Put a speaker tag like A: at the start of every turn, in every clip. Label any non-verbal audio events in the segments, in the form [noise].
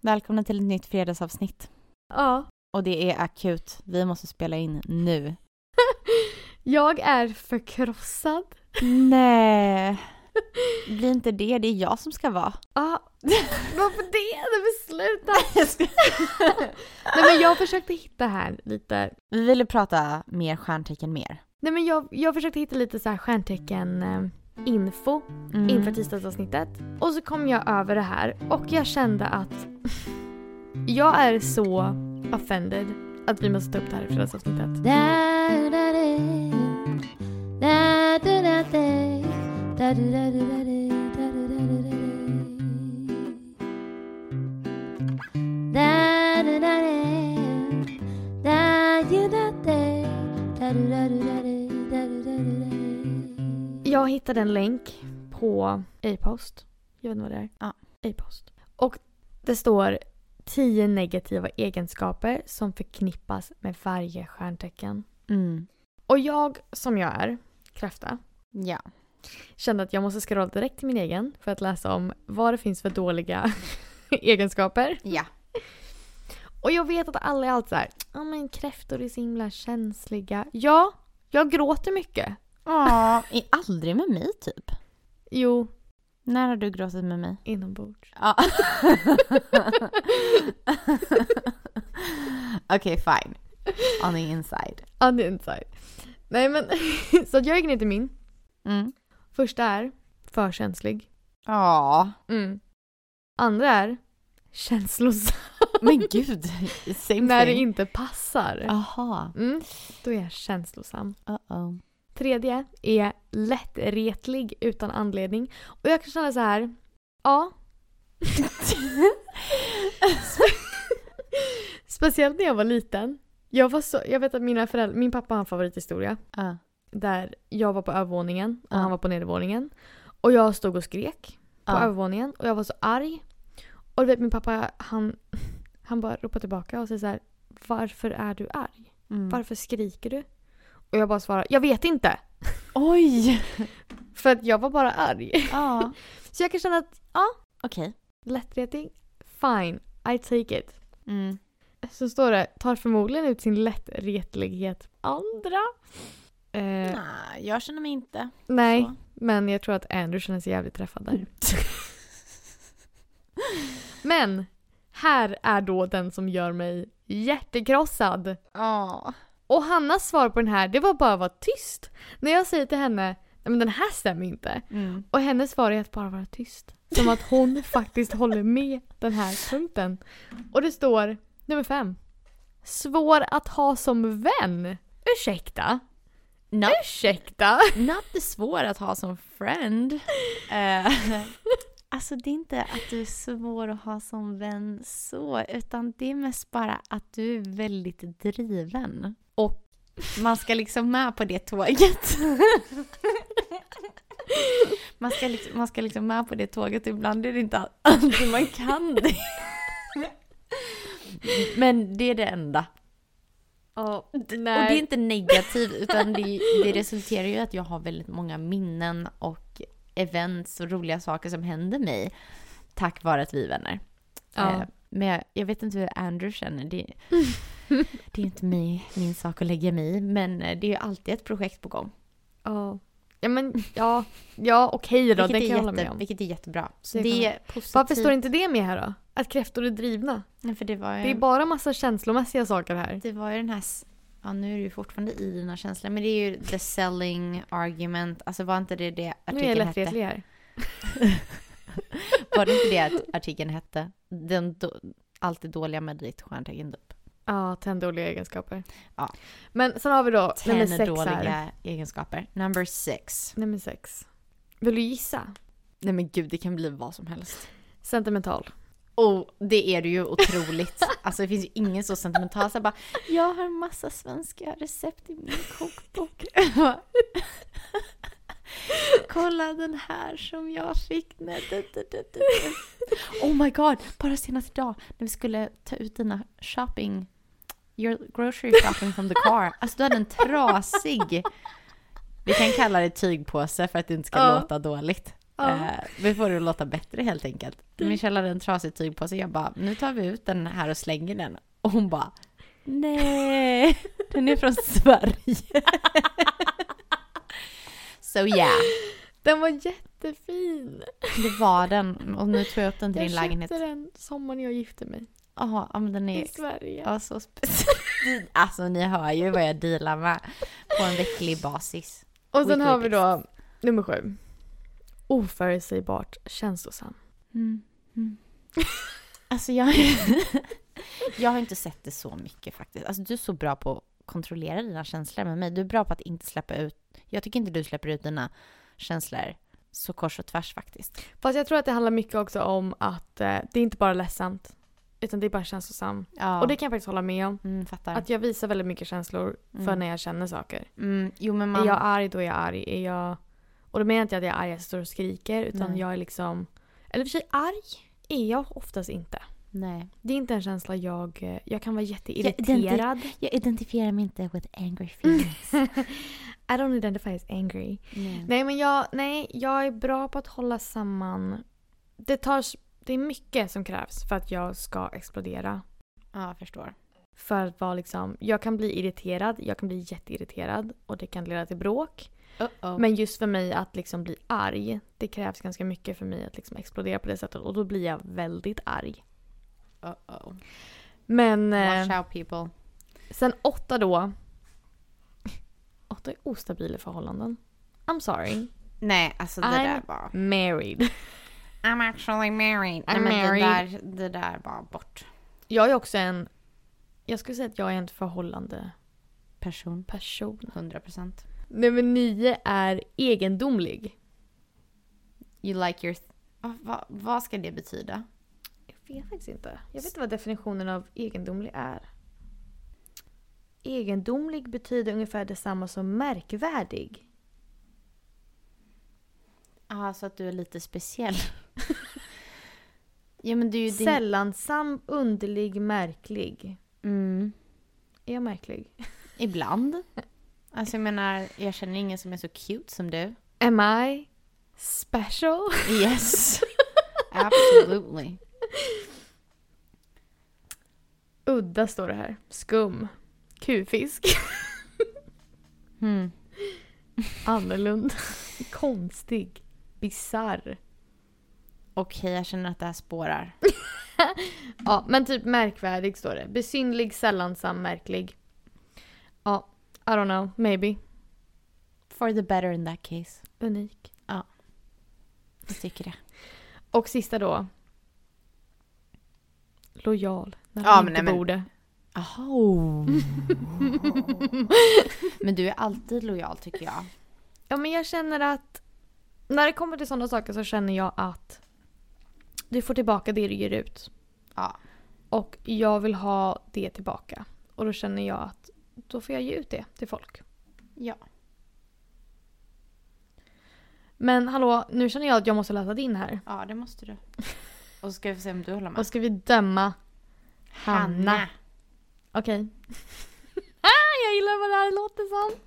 A: Välkomna till ett nytt fredagsavsnitt.
B: Ja.
A: Och det är akut. Vi måste spela in
B: [laughs]
A: nu.
B: Jag är förkrossad.
A: Nej. Blir inte det. Det är jag som ska vara.
B: Ja. Varför det? [laughs] Nej men sluta!
A: [laughs] Jag ska-
B: Nej men jag försökte hitta här lite.
A: Vi ville prata mer stjärntecken mer.
B: Nej men jag, jag försökte hitta lite så här stjärntecken eh, info
A: Mm.
B: inför tisdagsavsnittet. Och så kom jag över det här och jag kände att [laughs] jag är så offended att vi måste ta upp det här i fredagsavsnittet. Jag hittade en länk på A-post. Jag vet inte vad det är.
A: Ja.
B: A-post. Och det står 10 negativa egenskaper som förknippas med varje stjärntecken.
A: Mm.
B: Och jag som jag är, kräfta,
A: Ja.
B: kände att jag måste scrolla direkt till min egen för att läsa om vad det finns för dåliga [laughs] egenskaper.
A: Ja.
B: Och jag vet att alla är allt så här, ja men kräftor är så himla känsliga. Ja, jag gråter mycket.
A: Åh, är aldrig med mig typ.
B: Jo,
A: När har du gråtit med mig?
B: inombords.
A: Ja. [laughs] Okej, fine. On the inside.
B: On the inside. Nej men, [laughs] så att jag gick ner till min.
A: Mm.
B: Första är för känslig.
A: Ja.
B: Mm. Andra är känslosam
A: Men gud, same
B: när det
A: thing.
B: inte passar.
A: Aha.
B: Mm. Då är jag känslosam.
A: Uh-oh.
B: Tredje är lättretlig utan anledning. Och jag kan känna så här, ja. [laughs]
A: Ah.
B: Speciellt när jag var liten. Jag, var så, jag vet att mina föräldrar, min pappa har en favorithistoria.
A: Ah.
B: Där jag var på övervåningen
A: Ja.
B: och han var på nedervåningen. Och jag stod och skrek. på
A: Ja.
B: övervåningen och jag var så arg. Och du vet min pappa han, han bara ropar tillbaka och säger så här Varför är du arg?
A: Mm.
B: Varför skriker du? Och jag bara svarar Jag vet inte!
A: Oj!
B: För att jag var bara arg. [laughs]
A: Ja.
B: Så jag kan känna att ja,
A: [laughs] Okej.
B: lättretig, fine, I take it.
A: Mm.
B: Så står det Tar förmodligen ut sin lättretlighet på andra. Eh,
A: Nah, jag känner mig inte
B: nej,
A: så. Mm.
B: men jag tror att Andrew känner sig jävligt träffad där.
A: [laughs]
B: Men här är då den som gör mig hjärtekrossad.
A: Ja.
B: Och Hannas svar på den här, det var bara att vara tyst. När jag säger till henne, nej men den här stämmer inte.
A: Mm.
B: Och hennes svar är att bara vara tyst. Som att hon
A: [laughs]
B: faktiskt håller med den här punkten. Och det står, nummer fem. Svår att ha som vän. Ursäkta?
A: No,
B: Ursäkta?
A: not the svår att ha som friend. Eh, [laughs] alltså det är inte att du är svår att ha som vän så, utan det är mest bara att du är väldigt driven. Och man ska liksom med på det tåget. [laughs] Man ska, liksom, man ska liksom med på det tåget, ibland är det inte alltid man kan det. Men det är det enda.
B: Ja,
A: Och det är
B: nej.
A: inte negativt utan det, det resulterar ju i att jag har väldigt många minnen och events och roliga saker som händer mig tack vare att vi är vänner.
B: Ja.
A: Eh, Men jag, jag vet inte hur Andrew känner. Det, det är inte min, min sak att lägga mig i men eh, det är ju alltid ett projekt på gång.
B: Ja. Ja men ja, ja okej då,
A: vilket,
B: det kan
A: är Typ.
B: jag hålla
A: jätte-
B: med om.
A: vilket är jättebra. Så
B: Det
A: det,
B: kan
A: är positivt.
B: Varför står inte det med här då? Att kräftor är drivna.
A: Nej, för det var ju,
B: Det är bara massa känslomässiga saker här.
A: det var ju den här... s- Ja, nu är du ju fortfarande i dina känslor men det är ju the selling argument. Alltså var inte det det
B: Nu är
A: artikeln hette?
B: jag lättretlig här.
A: Var det inte det att artikeln hette? Den då, alltid dåliga med ditt stjärntecken typ. upp.
B: Ja, ten dåliga egenskaper.
A: Ja.
B: Men sen har vi då nummer
A: Ten
B: sex här.
A: dåliga egenskaper. Number six.
B: Nummer sex. Vill du gissa?
A: Nej men gud, det kan bli vad som helst.
B: Sentimental.
A: Och det är det ju otroligt. Alltså det finns ju ingen så sentimental så här bara Jag har en massa svenska recept i min kokbok. [laughs] Kolla den här som jag fick när... Oh my god, bara senast idag när vi skulle ta ut dina shopping, your grocery shopping from the car. Alltså du hade en trasig, vi kan kalla det tygpåse för att det inte ska
B: Ja.
A: låta dåligt.
B: Ja. Mm.
A: Eh, vi får det att låta bättre helt enkelt. Michelle hade en trasig tygpåse. Jag bara, nu tar vi ut den här och slänger den. Och hon bara,
B: [laughs]
A: nej, den är från Sverige. so yeah,
B: Den var jättefin.
A: det var den. Och nu tog jag upp den till din lägenhet.
B: köpte den sommaren jag gifte mig.
A: Jaha, ja, men den är
B: I Sverige.
A: ja, så speciell. [laughs] Alltså ni hör ju vad jag dealar med på en vecklig basis.
B: Och sen
A: Weekly
B: har vi då nummer sju. Oförutsägbart känslosam.
A: Mm. [laughs] Mm. Alltså jag, [laughs] jag har inte sett det så mycket faktiskt. Alltså du är så bra på att kontrollera dina känslor med mig. Du är bra på att inte släppa ut. Jag tycker inte du släpper ut dina känslor så kors och tvärs faktiskt.
B: Fast jag tror att det handlar mycket också om att eh, det är inte bara ledsamt. Utan det är bara känslosam.
A: Ja.
B: Och det kan jag faktiskt hålla med om.
A: mm, fattar.
B: Att jag visar väldigt mycket känslor för
A: Mm.
B: när jag känner saker.
A: mm, jo men man...
B: Är jag arg då är jag arg. Är jag... Och då menar jag inte att jag är arg jag står och skriker. Utan
A: Nej.
B: jag är liksom... Eller i och för sig arg är jag oftast inte.
A: Nej.
B: Det är inte en känsla jag... eh, Jag kan vara
A: den-
B: jätteirriterad.
A: Jag identifierar mig inte with angry [laughs] feelings.
B: [laughs] I don't identify as angry.
A: Nej.
B: Nej men jag, nej, jag är bra på att hålla samman. Det, tar, det är mycket som krävs för att jag ska explodera.
A: Ja, jag förstår.
B: För att vara liksom, jag kan bli irriterad, jag kan bli jätteirriterad och det kan leda till bråk.
A: Uh-oh.
B: Men just för mig att liksom bli arg, det krävs ganska mycket för mig att liksom explodera på det sättet och då blir jag väldigt arg.
A: Uh-oh.
B: Men eh,
A: Watch out people.
B: sen åtta då. [laughs] Åtta är ostabila förhållanden. I'm sorry.
A: Nej, alltså det
B: I'm-
A: där var...
B: Married. [laughs]
A: I'm actually married. Nej,
B: I'm
A: men
B: married.
A: Det, där, det där var bort.
B: Jag är också en... Jag skulle säga att jag är en förhållande
A: Person.
B: person.
A: 100 procent.
B: Nummer nio är egendomlig.
A: You like your... Ah, va, vad ska det betyda?
B: Jag vet faktiskt inte. Jag vet inte vad definitionen av egendomlig är. Egendomlig betyder ungefär detsamma som märkvärdig.
A: Ja, så att du är lite speciell. ja, men det är ju din...
B: Sällansam, underlig, märklig.
A: Mm.
B: Är jag märklig?
A: Ibland. Alltså jag menar, jag känner ingen som är så cute som du.
B: Am I special?
A: [laughs] Yes. Absolutely.
B: Udda står det här. Skum. Kufisk.
A: Mm.
B: [laughs] Annorlunda. Konstig. Bizarr.
A: Okej, jag känner att det här spårar.
B: Ja, men typ märkvärdig står det. Besynlig, sällansam, märklig. Ja, I don't know, maybe.
A: For the better in that case.
B: Unik.
A: Jag tycker det.
B: Och sista då. Lojal. När
A: Ja,
B: man
A: men
B: inte
A: nej, men-
B: borde.
A: Aha. [laughs] men du är alltid lojal tycker jag.
B: Ja, men jag känner att när det kommer till sådana saker så känner jag att du får tillbaka det du ger ut.
A: Ja.
B: Och jag vill ha det tillbaka. Och då känner jag att då får jag ge ut det till folk.
A: Ja.
B: Men hallå, nu känner jag att jag måste läsa din här.
A: Ja, det måste du. Och så ska vi se om du håller med.
B: Och ska vi döma Hanna. Okej. [laughs] ah, jag gillar vad det här låter som.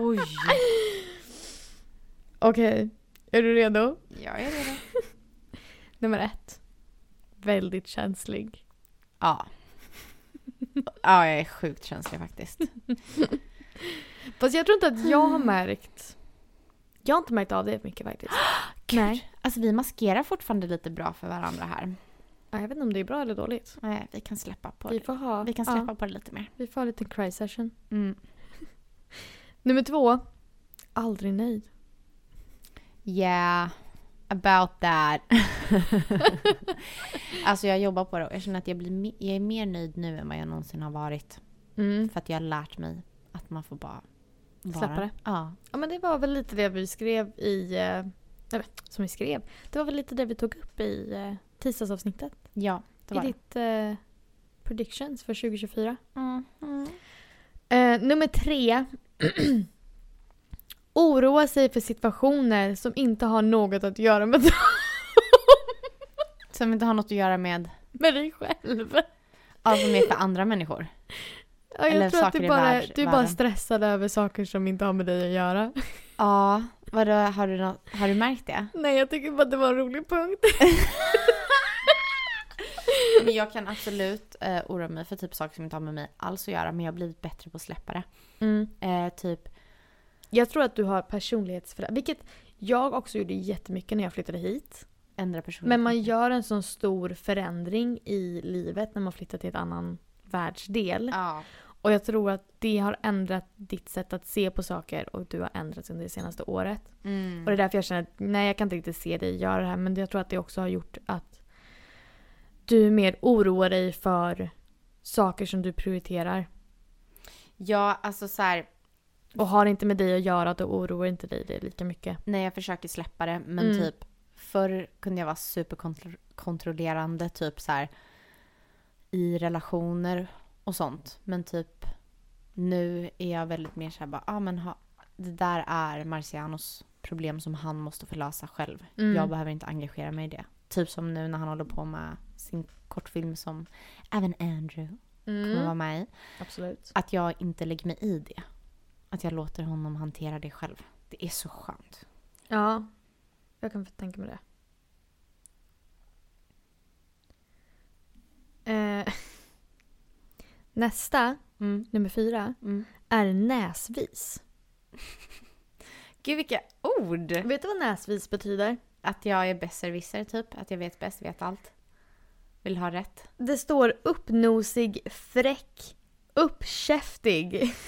A: Oj!
B: Okej. Är du redo?
A: Jag är redo.
B: Nummer ett. Väldigt känslig.
A: Ja. Ja, jag är sjukt känslig faktiskt.
B: Fast jag tror inte att jag har märkt. Jag har inte märkt av det mycket [gasps] faktiskt. Nej.
A: Alltså vi maskerar fortfarande lite bra för varandra här.
B: Ja, Jag vet inte om det är bra eller dåligt.
A: Nej, vi kan släppa på
B: Vi
A: det.
B: får ha.
A: Vi kan släppa
B: Ja,
A: på det lite mer. Mm.
B: vi får ha en liten cry session. Nummer två. Aldrig nöjd.
A: Yeah, about [laughs] that. alltså jag jobbar på det och jag känner att jag, blir, me- jag är mer nöjd nu än vad jag någonsin har varit.
B: Mm.
A: För att jag har lärt mig att man får bara vara.
B: Släppa det.
A: Ja.
B: Ja men det var väl lite det vi skrev i... eh, Nej, men, som vi skrev. Det var väl lite det vi tog upp i eh, tisdagsavsnittet.
A: Ja, det
B: I
A: var det.
B: ditt eh, predictions för 2024.
A: Mm.
B: Eh, nummer tre. [clears throat] Oroa sig för situationer som inte har något att göra med, [laughs]
A: Som inte har något att göra med
B: med dig själv.
A: allt som är för andra människor.
B: Ja, jag
A: Eller
B: tror att
A: saker
B: du
A: i
B: bara,
A: värld-
B: du är bara
A: världen.
B: stressad över saker som inte har med dig att göra. [laughs]
A: Ja, Vadå, har du, nå- har du märkt det? [laughs]
B: Nej, jag tycker bara att det var en rolig punkt.
A: Men jag kan absolut eh, oroa mig för typ saker som inte har med mig alls att göra men jag har blivit bättre på att släppa det. Eh, typ,
B: Mm. Jag tror att du har personlighetsförändring, vilket jag också gjorde jättemycket när jag flyttade hit.
A: ändra personlighet.
B: Men man gör en sån stor förändring i livet när man flyttar till en annan världsdel.
A: Ja.
B: Och jag tror att det har ändrat ditt sätt att se på saker och du har ändrats under det senaste året.
A: Mm.
B: Och det är därför jag känner att nej, jag kan inte riktigt se dig göra det här. Men jag tror att det också har gjort att du mer oroar dig för saker som du prioriterar.
A: Ja, alltså så här,
B: Och har inte med dig att göra, då oroar inte dig det lika mycket.
A: när jag försöker släppa det men
B: Mm.
A: typ förr kunde jag vara superkontrollerande typ så här i relationer och sånt. Men typ nu är jag väldigt mer så här bara, ah, men ha, det där är Marcianos problem som han måste få lösa själv.
B: Mm.
A: Jag behöver inte engagera mig i det. Typ som nu när han håller på med sin kortfilm som även Andrew kommer
B: Mm.
A: vara med i.
B: Absolut.
A: Att jag inte lägger mig i det. Att jag låter honom hantera det själv. Det är så skönt.
B: Ja, jag kan tänka mig det. Eh, [laughs] nästa,
A: Mm.
B: nummer fyra,
A: Mm.
B: är näsvis.
A: Gud vilka ord!
B: Vet du vad näsvis betyder?
A: Att jag är besserwisser typ, att jag vet bäst, vet allt. Vill ha rätt.
B: Det står uppnosig, fräck, uppkäftig, [laughs]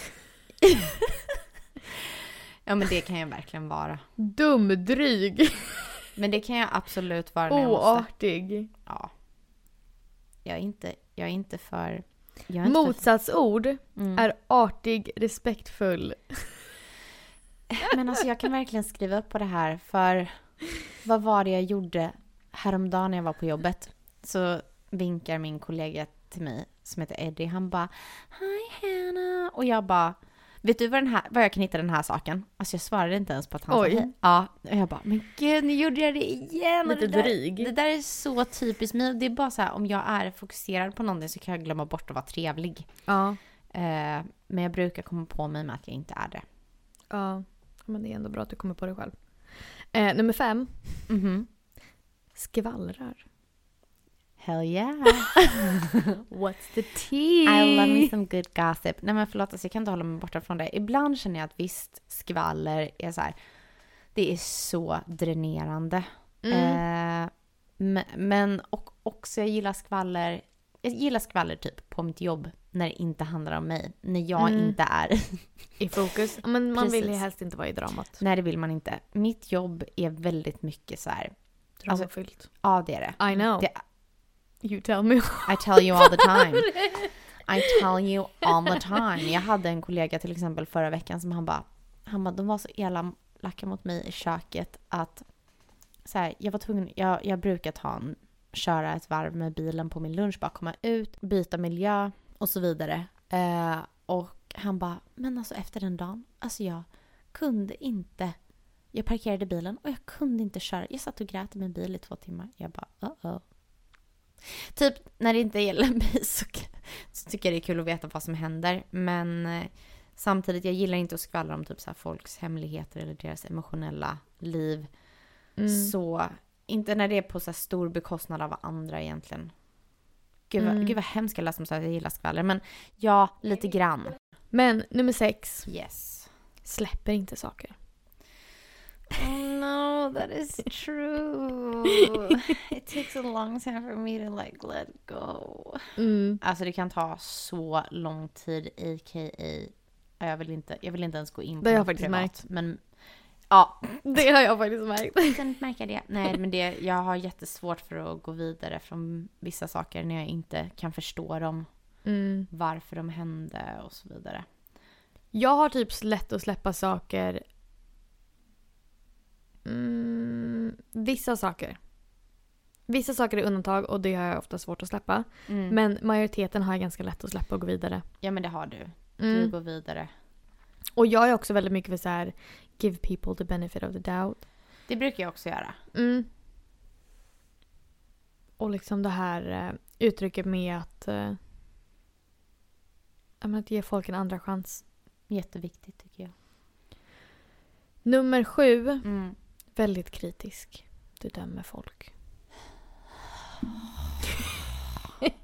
A: Ja men det kan jag verkligen vara.
B: dumdryg,
A: Men det kan jag absolut vara när jag måste.
B: oartig.
A: Ja. Jag är inte, jag är inte för... Jag är inte
B: Motsatsord
A: för, mm.
B: är artig, respektfull.
A: Men alltså jag kan verkligen skriva upp på det här för vad var det jag gjorde häromdagen när jag var på jobbet? Så vinkar min kollega till mig som heter Eddie. Han bara Hi Hannah och jag bara Vet du vad, den här, vad jag kan hitta den här saken? Alltså jag svarade inte ens på att han
B: Oj.
A: sa hej. Ja, och jag bara men gud nu gjorde jag det igen. och
B: Lite
A: det där,
B: dryg.
A: Det där är så typiskt mig. Det är bara så här om jag är fokuserad på någonting så kan jag glömma bort att vara trevlig.
B: Ja,
A: Eh, men jag brukar komma på mig med att jag inte är det.
B: ja. Men det är ändå bra att du kommer på det själv. Eh, nummer fem,
A: Mhm.
B: skvallrar.
A: Hell yeah.
B: What's the tea?
A: I love me some good gossip. Nej men förlåt, alltså, jag kan inte hålla mig borta från det. Ibland känner jag att visst, skvaller är så här. Det är så dränerande.
B: Mm.
A: Eh, men men och, också jag gillar skvaller. Jag gillar skvaller typ på mitt jobb när det inte handlar om mig. När jag
B: Mm.
A: inte är... [laughs]
B: I fokus. Ja, Men man vill ju
A: Precis. Alltså,
B: helst inte vara i dramat.
A: Nej, det vill man inte. Mitt jobb är väldigt mycket så här. Alltså-
B: Dramafyllt.
A: Ja, det är det.
B: I know.
A: Det-
B: You
A: [laughs]
B: tell me.
A: I tell you all the time. I tell you all the time. Jag hade en kollega till exempel förra veckan som han bara, han bara, de var så elaka mot mig i köket att så här, jag var tvungen, jag, jag brukar ta en, köra ett varv med bilen på min lunch, bara komma ut, byta miljö och så vidare. Eh, och han bara, men alltså efter den dagen, alltså jag kunde inte jag parkerade bilen och jag kunde inte köra. Jag satt och grät i min bil i två timmar. Jag bara, uh-oh. Typ när det inte gäller [laughs] mig så, så tycker jag det är kul att veta vad som händer. Men eh, samtidigt, jag gillar inte att skvallra om typ så här folks hemligheter eller deras emotionella liv.
B: Mm.
A: Så inte när det är på så här stor bekostnad av andra egentligen. Gud, vad-
B: Mm.
A: gud vad hemskt jag lät som sa att jag gillar skvaller. Men ja, lite grann.
B: Men nummer sex.
A: Yes.
B: Släpper inte saker.
A: Oh no, that is [laughs] true. It takes a long time for me to like let go.
B: Mm.
A: Alltså det kan ta så lång tid, a.k.a. Ja, Jag vill inte, jag vill inte ens gå in på
B: Det har jag
A: något
B: faktiskt
A: privat,
B: märkt.
A: Men
B: [laughs]
A: ja,
B: Det har jag faktiskt märkt.
A: jag kan inte märka det. Nej, men det, jag har jättesvårt för att gå vidare från vissa saker när jag inte kan förstå dem,
B: Mm.
A: varför de hände och så vidare.
B: Jag har typ lätt att släppa saker. Mm, vissa saker. Vissa saker är undantag och det har jag ofta svårt att släppa.
A: Mm.
B: Men majoriteten har jag ganska lätt att släppa och gå vidare.
A: ja, men det har du. Du
B: Mm.
A: går vidare.
B: Och jag är också väldigt mycket för så här give people the benefit of the doubt.
A: Det brukar jag också göra.
B: Mm. Och liksom det här eh, uttrycket med att, eh, ja, men att ge folk en andra chans.
A: Jätteviktigt tycker jag.
B: Nummer sju.
A: Mm.
B: Väldigt kritisk. Du dömer folk.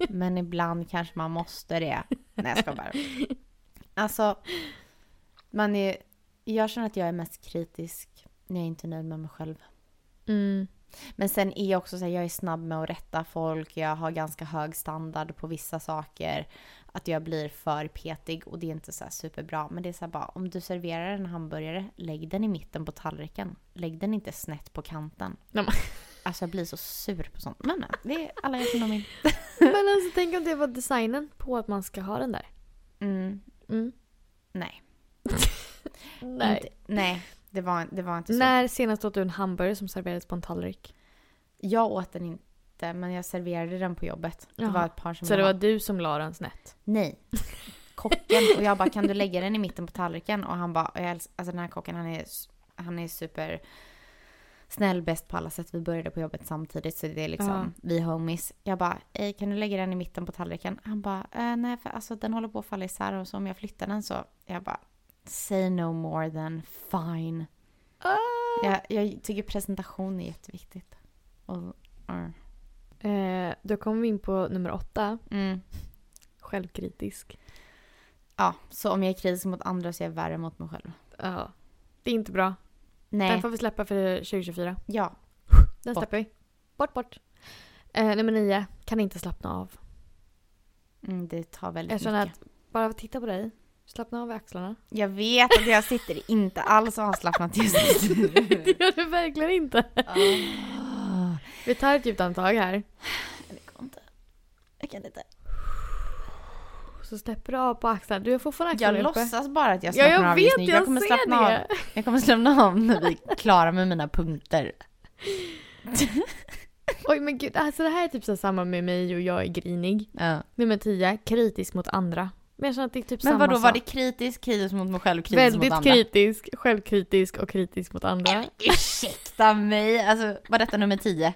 A: Men ibland kanske man måste det. Nej, jag ska bara. Alltså, man är, jag känner att jag är mest kritisk när jag inte är nöjd med mig själv.
B: Mm.
A: Men sen är jag också så här, jag är snabb med att rätta folk, jag har ganska hög standard på vissa saker. Att jag blir för petig och det är inte så här superbra. Men det är så här bara, om du serverar en hamburgare, lägg den i mitten på tallriken. Lägg den inte snett på kanten.
B: Nej, men-
A: Alltså jag blir så sur på sånt. Men men, det är alla jag känner min.
B: [laughs] Men alltså tänk om det var designen på att man ska ha den där.
A: Mm,
B: Mm.
A: nej.
B: Nej.
A: Inte, nej, det var, det var inte så.
B: När senast åt du en hamburgare som serverades på en tallrik?
A: Jag åt den inte, men jag serverade den på jobbet. Det
B: Jaha.
A: var ett par som
B: Så det
A: var-
B: var du som la den snett? [laughs]
A: nej. Kocken. Och jag bara, kan du lägga den i mitten på tallriken? Och han bara, och jag älsk- alltså den här kocken han är, han är super snäll, bäst på alla sätt. Vi började på jobbet samtidigt så det är liksom,
B: Ja.
A: vi homies. Jag bara, "Ey, kan du lägga den i mitten på tallriken? Han bara, eh, nej för alltså den håller på att falla isär och så om jag flyttar den så. Jag bara, say no more than fine.
B: Ah!
A: Jag, jag tycker presentation är jätteviktigt. Och, mm. ja.
B: Eh, då kommer vi in på nummer åtta.
A: mm.
B: Självkritisk.
A: Ja, så om jag är kritisk mot andra så är jag värre mot mig själv.
B: Ja. Det är inte bra. Den
A: Nej,
B: får vi släppa för 2024.
A: ja.
B: Den
A: Bort.
B: släpper vi. Bort, bort. Eh, nummer nio. Kan inte slappna av.
A: Mm, det tar
B: Jag
A: väldigt
B: känner
A: mycket.
B: att bara att titta på dig. Slappna av i axlarna.
A: Jag vet att jag sitter inte alls [laughs] avslappnat just nu.
B: Det gör du verkligen inte.
A: Ah.
B: Vi tar ett djupt andetag här.
A: Det går inte. Jag kan inte.
B: Så släpper du av på axlarna. Du har fortfarande axlarna
A: Jag
B: uppe.
A: låtsas bara att jag
B: Ja,
A: slappnar
B: jag
A: av just nu.
B: vet. Jag,
A: kommer
B: ser
A: slappna
B: det.
A: av. Jag kommer slappna av när vi är klara med mina punkter.
B: Oj men gud, alltså det här är typ så här samma med mig och jag är grinig.
A: Ja.
B: Nummer 10, kritisk mot andra. Men jag känner att det är typ
A: Men
B: samma
A: vadå,
B: sak.
A: var det kritisk, kritisk mot mig själv, kritisk
B: Väldigt
A: mot andra?
B: kritisk, självkritisk och kritisk mot andra.
A: Ursäkta mig, alltså var detta nummer
B: [laughs]
A: tio?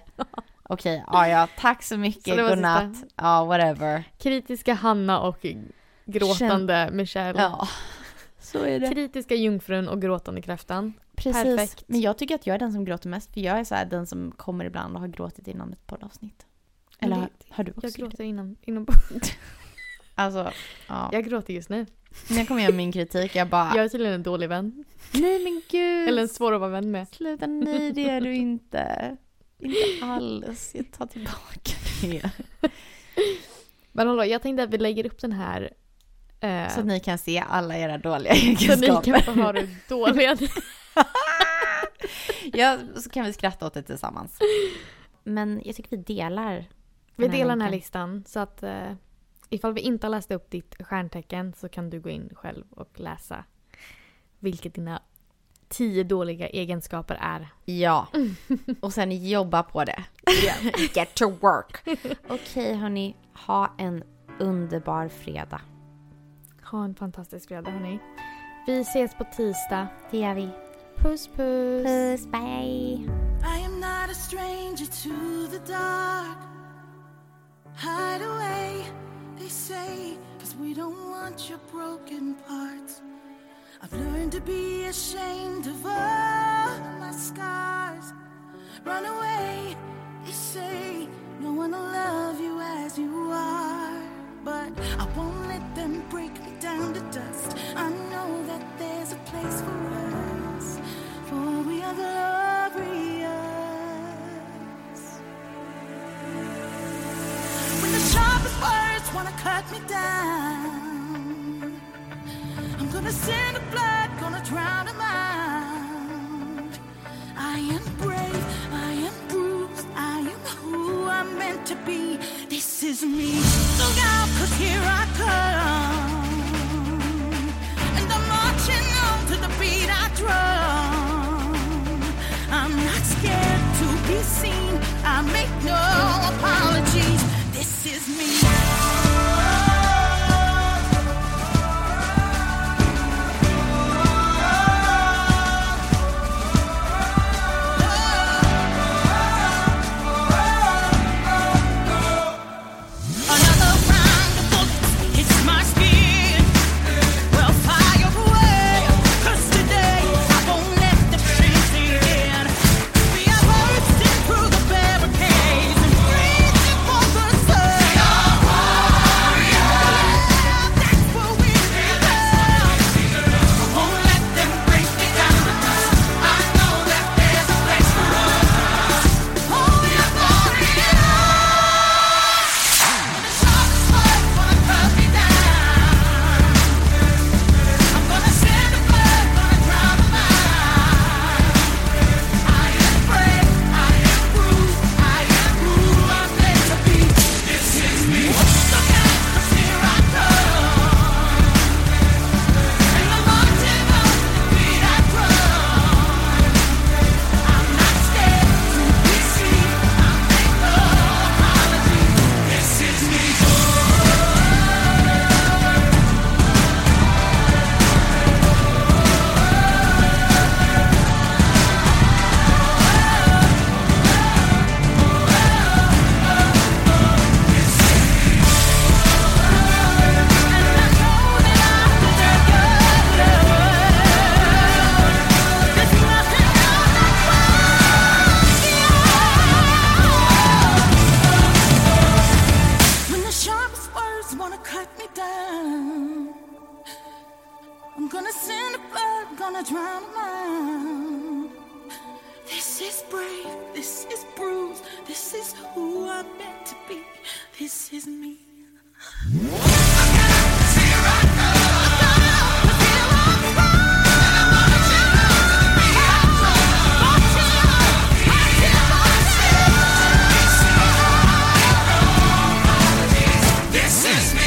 A: Okej, ja, ja, tack så
B: Så
A: mycket,
B: det var
A: godnatt,
B: sista.
A: ja whatever.
B: Kritiska Hanna och gråtande Michelle.
A: Ja, så är det.
B: Kritiska jungfrun och gråtande kräftan.
A: Precis.
B: Perfekt.
A: Men jag tycker att jag är den som gråter mest för jag är så här, den som kommer ibland och har gråtit innan ett poddavsnitt.
B: Men
A: Eller
B: det-
A: har- har du också
B: Jag
A: gjort det?
B: gråter innan, inom...
A: Alltså, ja.
B: Jag gråter just nu.
A: När jag kom igenom min kritik, jag bara
B: Jag är tydligen en dålig vän.
A: nej men gud,
B: Eller en svår att vara vän med.
A: sluta nej det är du inte. Inte alls, jag tar tillbaka det.
B: Men hallå, jag tänkte att vi lägger upp den här... Eh,
A: Så att ni kan se alla era dåliga
B: så ni
A: egenskaper.
B: kan få höra hur
A: [laughs]
B: dåliga ni
A: ja, så kan vi skratta åt det tillsammans. Men jag tycker vi delar.
B: Vi
A: den här
B: delar den här
A: länken.
B: listan så att eh, ifall vi inte har läst upp ditt stjärntecken så kan du gå in själv och läsa vilket dina tio dåliga egenskaper är.
A: Ja, och sen jobba på det. [laughs] Get to work. Okej hörni, ha en underbar fredag.
B: Ha en fantastisk fredag hörni. Vi ses på tisdag.
A: Det gör vi.
B: Puss puss!
A: Puss, bye!
C: I am not a stranger to the dark. Hide away, they say, cause we don't want your broken parts. I've learned to be ashamed of all my scars. Run away, they say, no one will love you as you are. But I won't let them break me down to dust. I know that there's a place for us, for we are glorious. When the sharpest words wanna cut me down. I'm gonna send the blood, gonna drown him out. I am brave, I am bruised, I am who I'm meant to be. This is me. Look out, cause here I come. And I'm marching on to the beat I drum. I'm not scared to be seen, I make no apologies. This is me. Another round of bullets hits my hearts wanna cut me down. I'm gonna send a blood, gonna drown 'em out. This is brave, this is bruised, this is who I'm meant to be, this is me. This is me.